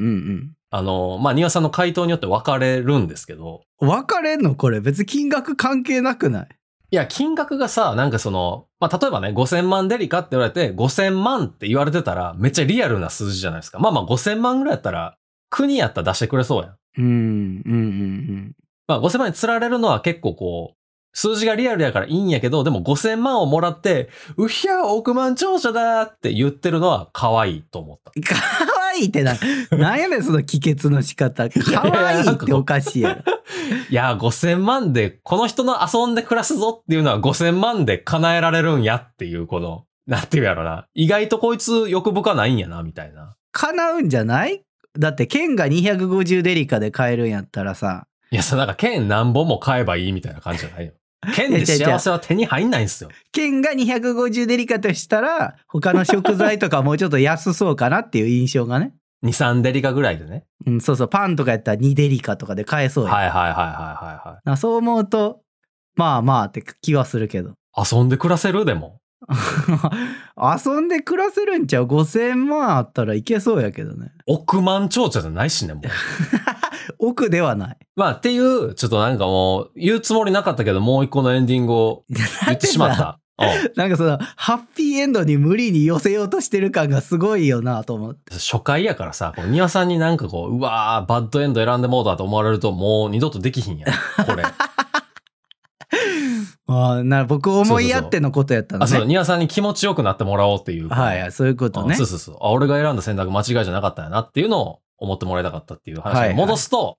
Speaker 2: ん
Speaker 1: あの、まあ、庭さんの回答によって分かれるんですけど、
Speaker 2: うん分かれんのこれ別に金額関係なくない
Speaker 1: いや、金額がさ、なんかその、まあ、例えばね、5000万デリカって言われて、5000万って言われてたら、めっちゃリアルな数字じゃないですか。まあまあ、5000万ぐらいやったら、国やったら出してくれそうやん。
Speaker 2: うんうんうん
Speaker 1: まあ、5000万に釣られるのは結構こう、数字がリアルやからいいんやけど、でも5000万をもらって、うひゃー億万長者だーって言ってるのは可愛いと思った。
Speaker 2: うんかわいいってななんやねんその帰結の仕方かわいいっておかしいやろ
Speaker 1: いやー、5000万で、この人の遊んで暮らすぞっていうのは5000万で叶えられるんやっていう、この、なんていうやろな。意外とこいつ欲深ないんやな、みたいな。
Speaker 2: 叶うんじゃないだって剣が250デリカで買えるんやったらさ
Speaker 1: いや、そう、なんか剣何本も買えばいいみたいな感じじゃないよ。剣で幸せは手に入んないんすよ。
Speaker 2: 剣が250デリカとしたら他の食材とかもうちょっと安そうかなっていう印象 がね、
Speaker 1: 2、3デリカぐらいでね。
Speaker 2: うん、そうそうパンとかやったら2デリカとかで買えそうやん、
Speaker 1: はいはいはいはいはいは
Speaker 2: なそう思うとまあまあって気はするけど
Speaker 1: い。遊んで暮らせるでも。
Speaker 2: 遊んで暮らせるんちゃう5,000万あったらいけそうやけどね
Speaker 1: 億万長者じゃないしね、もう。
Speaker 2: 奥では ない
Speaker 1: まあ、っていう、ちょっとなんかもう、言うつもりなかったけど、もう一個のエンディングを言ってしまった。うん
Speaker 2: なんかそのハッピーエンドに無理に寄せようとしてる感がすごいよなと思って
Speaker 1: 初回やからさ、こう庭さんになんかこう、うわー、バッドエンド選んでもうだと思われると、もう二度とできひんやん。こ れ。
Speaker 2: ああ、な僕思いやってのことやったの
Speaker 1: あ、
Speaker 2: ね。
Speaker 1: そう、庭さんに気持ちよくなってもらおうっていう。
Speaker 2: はいはい、そういうことね
Speaker 1: あそう。そうそう。あ、俺が選んだ選択間違いじゃなかったんやなっていうのを思ってもらいたかったっていう
Speaker 2: はい
Speaker 1: 話
Speaker 2: は
Speaker 1: に
Speaker 2: い
Speaker 1: 戻すと、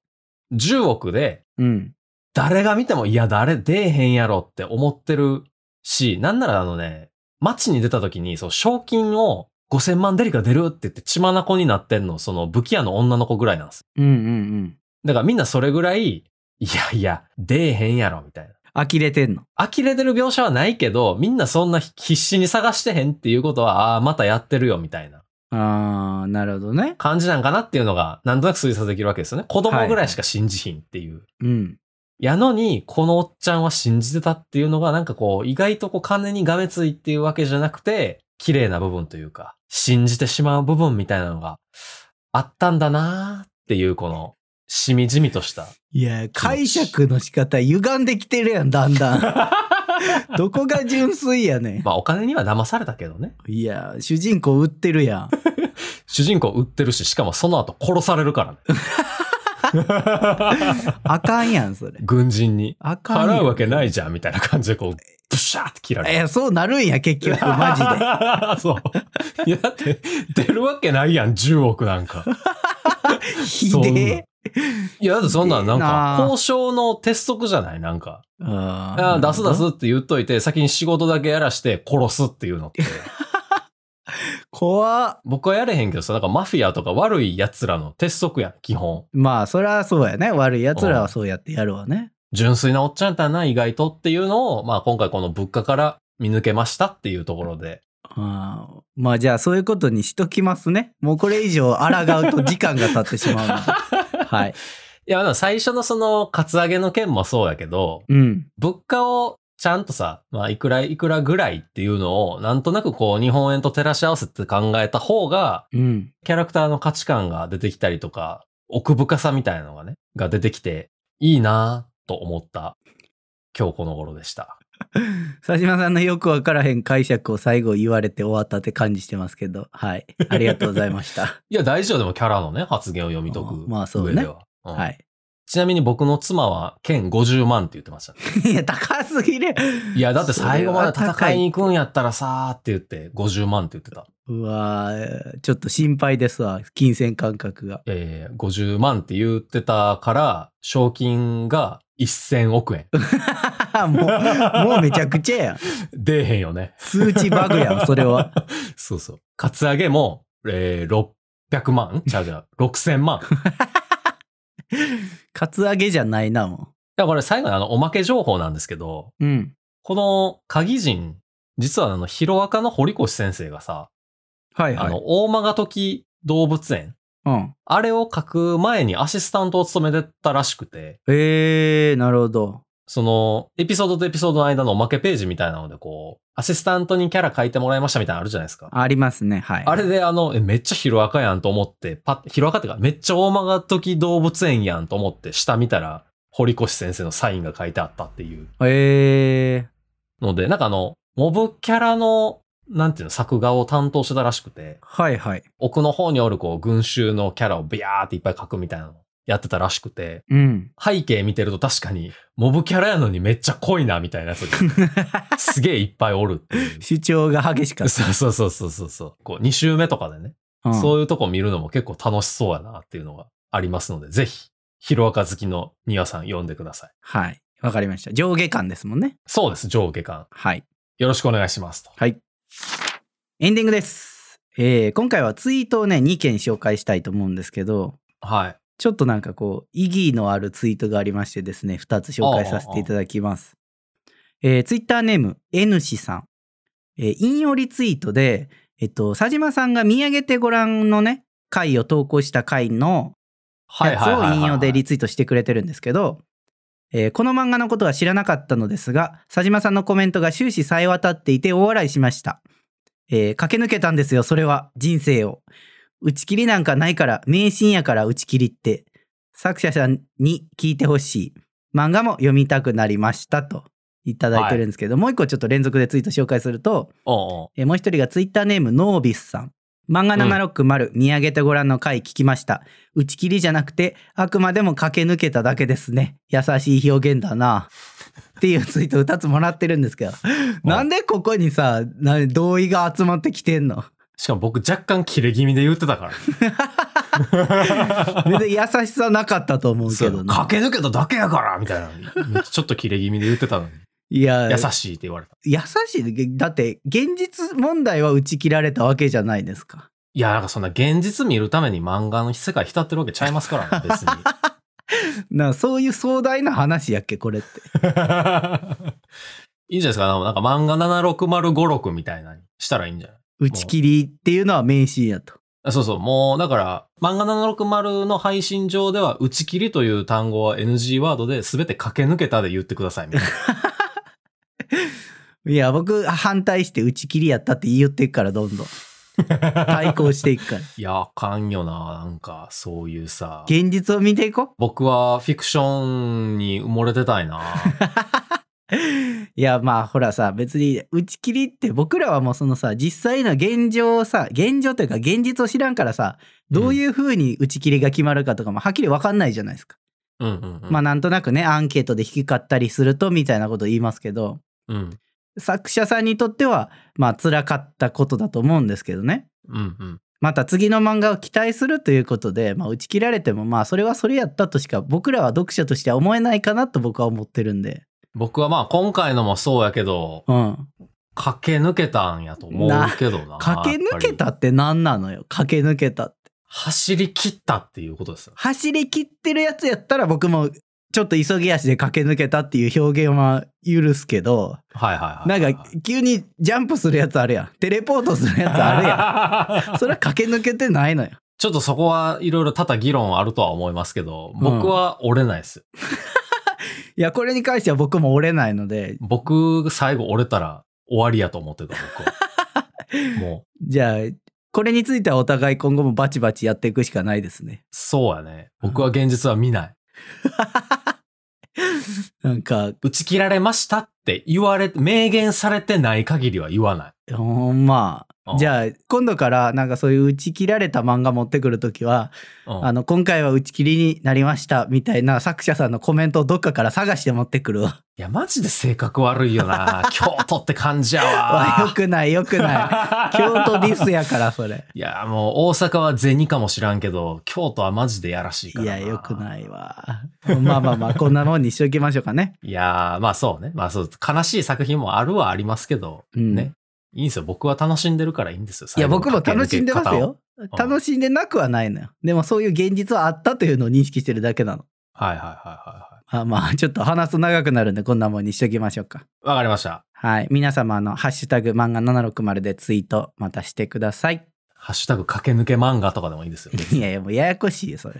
Speaker 1: 10億で
Speaker 2: うん。
Speaker 1: 誰が見ても、いや、誰出えへんやろって思ってるし、なんならあのね、街に出た時に、そう、賞金を5000万デリカ出るって言って血眼になってんの、その武器屋の女の子ぐらいなんです。
Speaker 2: うんうんうん。
Speaker 1: だからみんなそれぐらい、いやいや、出えへんやろ、みたいな。
Speaker 2: 呆れてんの。
Speaker 1: 呆れてる描写はないけど、みんなそんな必死に探してへんっていうことは、ああー、またやってるよ、みたいな。
Speaker 2: ああ、なるほどね。
Speaker 1: 感じなんかなっていうのが、なんとなく推察できるわけですよね。子供ぐらいしか信じひんっていう。
Speaker 2: うん。
Speaker 1: やのに、このおっちゃんは信じてたっていうのが、なんかこう、意外とこう、金にがめついっていうわけじゃなくて、綺麗な部分というか、信じてしまう部分みたいなのがあったんだなーっていう、この、しみじみとした。
Speaker 2: いや、解釈の仕方歪んできてるやん、だんだ ん。どこが純粋やね
Speaker 1: まあ、お金には騙されたけどね。
Speaker 2: ん。いや、主人公売ってるやん。
Speaker 1: 主人公売ってるし、しかもその後殺されるからね。
Speaker 2: あかんやん、それ。
Speaker 1: 軍人に。
Speaker 2: あかんやん。
Speaker 1: 払うわけないじゃん、みたいな感じで、こう、ブシャーって切られる
Speaker 2: い。や、そうなるんや、結局、マジ で。
Speaker 1: で。 そう。いや、だって、出るわけないやん、10億なんか。
Speaker 2: ひでえ。
Speaker 1: いや、だってそんなん、なん
Speaker 2: いいな
Speaker 1: か
Speaker 2: あ、
Speaker 1: 交渉の鉄則じゃないなんか。
Speaker 2: あ
Speaker 1: あ
Speaker 2: ー
Speaker 1: 出す出す。って言っといて、先に仕事だけやらして殺すっていうのって。
Speaker 2: 怖っ
Speaker 1: 僕はやれへんけどさ、なんかマフィアとか悪い奴らの鉄則やん、基本。
Speaker 2: まあ、そりゃそうやね。悪い奴らはそうやってやるわね。
Speaker 1: 純粋なおっちゃんやったらな、意外とっていうのを、まあ今回この物価から見抜けましたっていうところで。
Speaker 2: あーまあじゃあそういうことにしときますね。もうこれ以上抗うと時間が経ってしまうので。 はい。
Speaker 1: いや、でも最初のその、カツアゲの件もそうやけど、
Speaker 2: うん。
Speaker 1: 物価をちゃんとさ、まあ、いくらいくらぐらいっていうのを、なんとなくこう、日本円と照らし合わせて考えた方が、
Speaker 2: うん。
Speaker 1: キャラクターの価値観が出てきたりとか、奥深さみたいなのがね、が出てきて、いいなぁと思った今日この頃でした。
Speaker 2: 佐島さんのよくわからへん解釈を最後言われて終わったって感じしてますけど、はい。ありがとうございました。
Speaker 1: いや、大丈夫でもキャラのね、発言を読み解く上で
Speaker 2: あ
Speaker 1: は。
Speaker 2: まあそうね
Speaker 1: うん
Speaker 2: はい。
Speaker 1: ちなみに僕の妻は、剣50万って言ってましたね、
Speaker 2: いや、高すぎる。
Speaker 1: いや、だって最後まで
Speaker 2: それは高
Speaker 1: 戦
Speaker 2: い
Speaker 1: いに行くんやったらさーって言って、50万って言ってた。
Speaker 2: うわーちょっと心配ですわ。金銭感覚が。
Speaker 1: えー、50万って言ってたから、賞金が1000億 円。
Speaker 2: もう、もうめちゃくちゃやん。
Speaker 1: 出えへんよね。
Speaker 2: 数値バグやん、そ れは。
Speaker 1: そうそう。カツアゲも、えー、600万んちゃうじゃ う。6000万。
Speaker 2: カツアゲじゃないな、も
Speaker 1: だから最後にあの、おまけ情報なんですけど、
Speaker 2: う。うん。
Speaker 1: この鍵人、実はあの、ヒロアカの堀越先生がさ、
Speaker 2: はい
Speaker 1: あ
Speaker 2: はい
Speaker 1: の、。大間が時動物園、
Speaker 2: うん。
Speaker 1: あれを書く前にアシスタントを務めてたらしくて、
Speaker 2: えー、なるほど。
Speaker 1: その、エピソードとエピソードの間のおまけページみたいなので、こう、アシスタントにキャラ書いてもらいましたみたいなのあるじゃないですか。
Speaker 2: ありますね、はい。
Speaker 1: あれであの、えめっちゃヒロアカやんと思って、パッ、ヒロアカってか、めっちゃ大間が時動物園やんと思って、下見たら、堀越先生のサインが書いてあったっていう
Speaker 2: え
Speaker 1: ので、なんかあの、モブキャラの、なんていうの、作画を担当してたらしくて、
Speaker 2: ー、はいはい。
Speaker 1: 奥の方におるこう、群衆のキャラをビヤーっていっぱい書くみたいなのをやってたらしくて、
Speaker 2: うん。
Speaker 1: 背景見てると確かに、モブキャラやのにめっちゃ濃いな、みたいなやつがすげえいっぱいおるって いう。
Speaker 2: 主張が激しか っ
Speaker 1: そうそうそうそうそうそう。こう、2周目とかでね、
Speaker 2: た。うん
Speaker 1: そういうとこ見るのも結構楽しそうやなっていうのがありますので、ぜひ、ヒロアカ好きのニワさん読んでください。
Speaker 2: はい。わかりました。上下感ですもんね。
Speaker 1: そうです、上下巻。
Speaker 2: はい。
Speaker 1: よろしくお願いしますと。
Speaker 2: はい。エンディングです。えー、今回はツイートをね、2件紹介したいと思うんですけど、
Speaker 1: はい。
Speaker 2: ちょっとなんかこう、意義のあるツイートがありましてですね、2つ紹介させていただきます。えー、ツイッターネーム、N 氏さん。えー引用リツイートで、えっと、佐島さんが見上げてご覧のね、回を投稿した回の
Speaker 1: はい
Speaker 2: やつ
Speaker 1: はいはい
Speaker 2: を
Speaker 1: はいはい。
Speaker 2: 引用でリツイートしてくれてるんですけど、えーこの漫画のことは知らなかったのですが佐島さんのコメントが終始さえ渡っていて大笑いしました、えー駆け抜けたんですよそれは人生を打ち切りなんかないから迷信やから打ち切りって作者さんに聞いてほしい漫画も読みたくなりましたといただいてるんですけど、もう一個ちょっと連続でツイート紹介すると、
Speaker 1: おうおう
Speaker 2: えーもう一人がツイッターネームノービスさん。漫画760、見上げてご覧の回聞きました。打ち切りじゃなくて、あくまでも駆け抜けただけですね。優しい表現だな。っていうツイート2つもらってる んですけど。なんでここにさ、な同意が集まってきてんの
Speaker 1: しかも僕若干切れ気味で言って たから。
Speaker 2: 全然優しさなかったと思うけ
Speaker 1: そ
Speaker 2: ど
Speaker 1: う
Speaker 2: ね。
Speaker 1: 駆け抜けただけやからみたいな。ちょっと切れ気味で言ってたのに。
Speaker 2: いや、
Speaker 1: 優
Speaker 2: 優し
Speaker 1: しいって言われた。
Speaker 2: い。だって、現実問題は打ち切られたわけじゃないですか。
Speaker 1: いや、なんかそんな現実見るために漫画の世界浸ってるわけちゃいますからね、別に。
Speaker 2: なそういう壮大な話やっけ、これって。
Speaker 1: いいじゃないですか。なんか漫画7605みたいなにしたらいいんじゃない
Speaker 2: 打ち切りっていうのは名シーンやと。
Speaker 1: あそうそう、もう、だから、漫画760の配信上では、打ち切りという単語は NG ワードで、すべて駆け抜けたで言ってください、みたいな。
Speaker 2: いや、僕、反対して打ち切りやったって言っていくから、どんどん。対抗していくから。
Speaker 1: いや、あかんよな、なんか、そういう さ。
Speaker 2: 現実を見ていこ
Speaker 1: 僕はフィクションに埋もれてたいな。
Speaker 2: う。いや、まあ、ほらさ、別に、打ち切りって僕らはもうそのさ、実際の現状をさ、現状というか現実を知らんからさ、どういう風に打ち切りが決まるかとかもはっきりわかんないじゃないですか。
Speaker 1: うんうんうん。
Speaker 2: まあ、なんとなくね、アンケートで低かったりすると、みたいなこと言いますけど、
Speaker 1: うん。
Speaker 2: 作者さんにとっては、まあ、辛かったことだと思うんですけどね。
Speaker 1: うんうん。
Speaker 2: また次の漫画を期待するということで、まあ、打ち切られてもまあそれはそれやったとしか僕らは読者としては思えないかなと僕は思ってるんで、
Speaker 1: 僕はまあ今回のもそうやけど、
Speaker 2: うん、
Speaker 1: 駆け抜けたんやと思うけどな。
Speaker 2: 駆け抜けた
Speaker 1: やっぱり
Speaker 2: って何なのよ駆け抜けたって
Speaker 1: 走り切ったっていうことですよ。
Speaker 2: 走り切ってるやつやったら僕もちょっと急ぎ足で駆け抜けたっていう表現は許すけど
Speaker 1: はいはいは。
Speaker 2: ないんか急にジャンプするやつあるやんテレポートするやつあるやんそれは駆け抜けてないのよ
Speaker 1: ちょっとそこはいろいろ多々議論あるとは思いますけど、僕は折れないですよ。
Speaker 2: いやこれに関しては僕も折れないので
Speaker 1: 僕最後折れたら終わりやと思ってた僕は。も
Speaker 2: じゃあこれについてはお互い今後もバチバチやっていくしかないですね。
Speaker 1: そうやね。僕は現実は見ない。
Speaker 2: なんか、
Speaker 1: 打ち切られましたって言われ、明言されてない限りは言わない。
Speaker 2: ほんま
Speaker 1: うん。
Speaker 2: じゃあ、今度からなんかそういう打ち切られた漫画持ってくるときは、
Speaker 1: うん
Speaker 2: あの、今回は打ち切りになりましたみたいな作者さんのコメントをどっかから探して持ってくるわ。
Speaker 1: いや、マジで性格悪いよ な。京都って感じや
Speaker 2: わ
Speaker 1: わ。
Speaker 2: よくないよく ない。京都ディスやから、それ。
Speaker 1: いや、もう大阪は銭かもしらんけど、京都はマジでやらしいか
Speaker 2: い
Speaker 1: らな。。
Speaker 2: や、よくないいわ。まあまあまあ、こんなもんにしときましょうかね。
Speaker 1: いやー、まあそうね。まあそう、悲しい作品もあるはありますけど、
Speaker 2: うん
Speaker 1: ね。いいんですよ。僕は楽しんでるからいいんですよ。
Speaker 2: いや、僕も
Speaker 1: 最後の
Speaker 2: 楽しんでます
Speaker 1: 駆け抜け方を。
Speaker 2: よ。楽しんでなくはないのよ。でもそういう現実はあったというのを認識してるだけなの。
Speaker 1: はいはいはいはいは
Speaker 2: あまあ、ちょっと話すと長くなるんで、こんなもんにしときましょうか。
Speaker 1: い。わかりました。
Speaker 2: はい。皆様、あの、ハッシュタグ漫画760でツイート、またしてください。
Speaker 1: ハッシュタグ駆け抜け漫画とかでもいい ですよ。
Speaker 2: いやいや、もうややこしいよ、それ。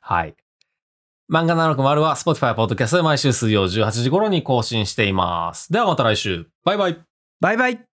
Speaker 1: はい。漫画760は Spotify、Podcast で毎週水曜18時頃に更新しています。ではまた来週。バイバイ。
Speaker 2: バイバイ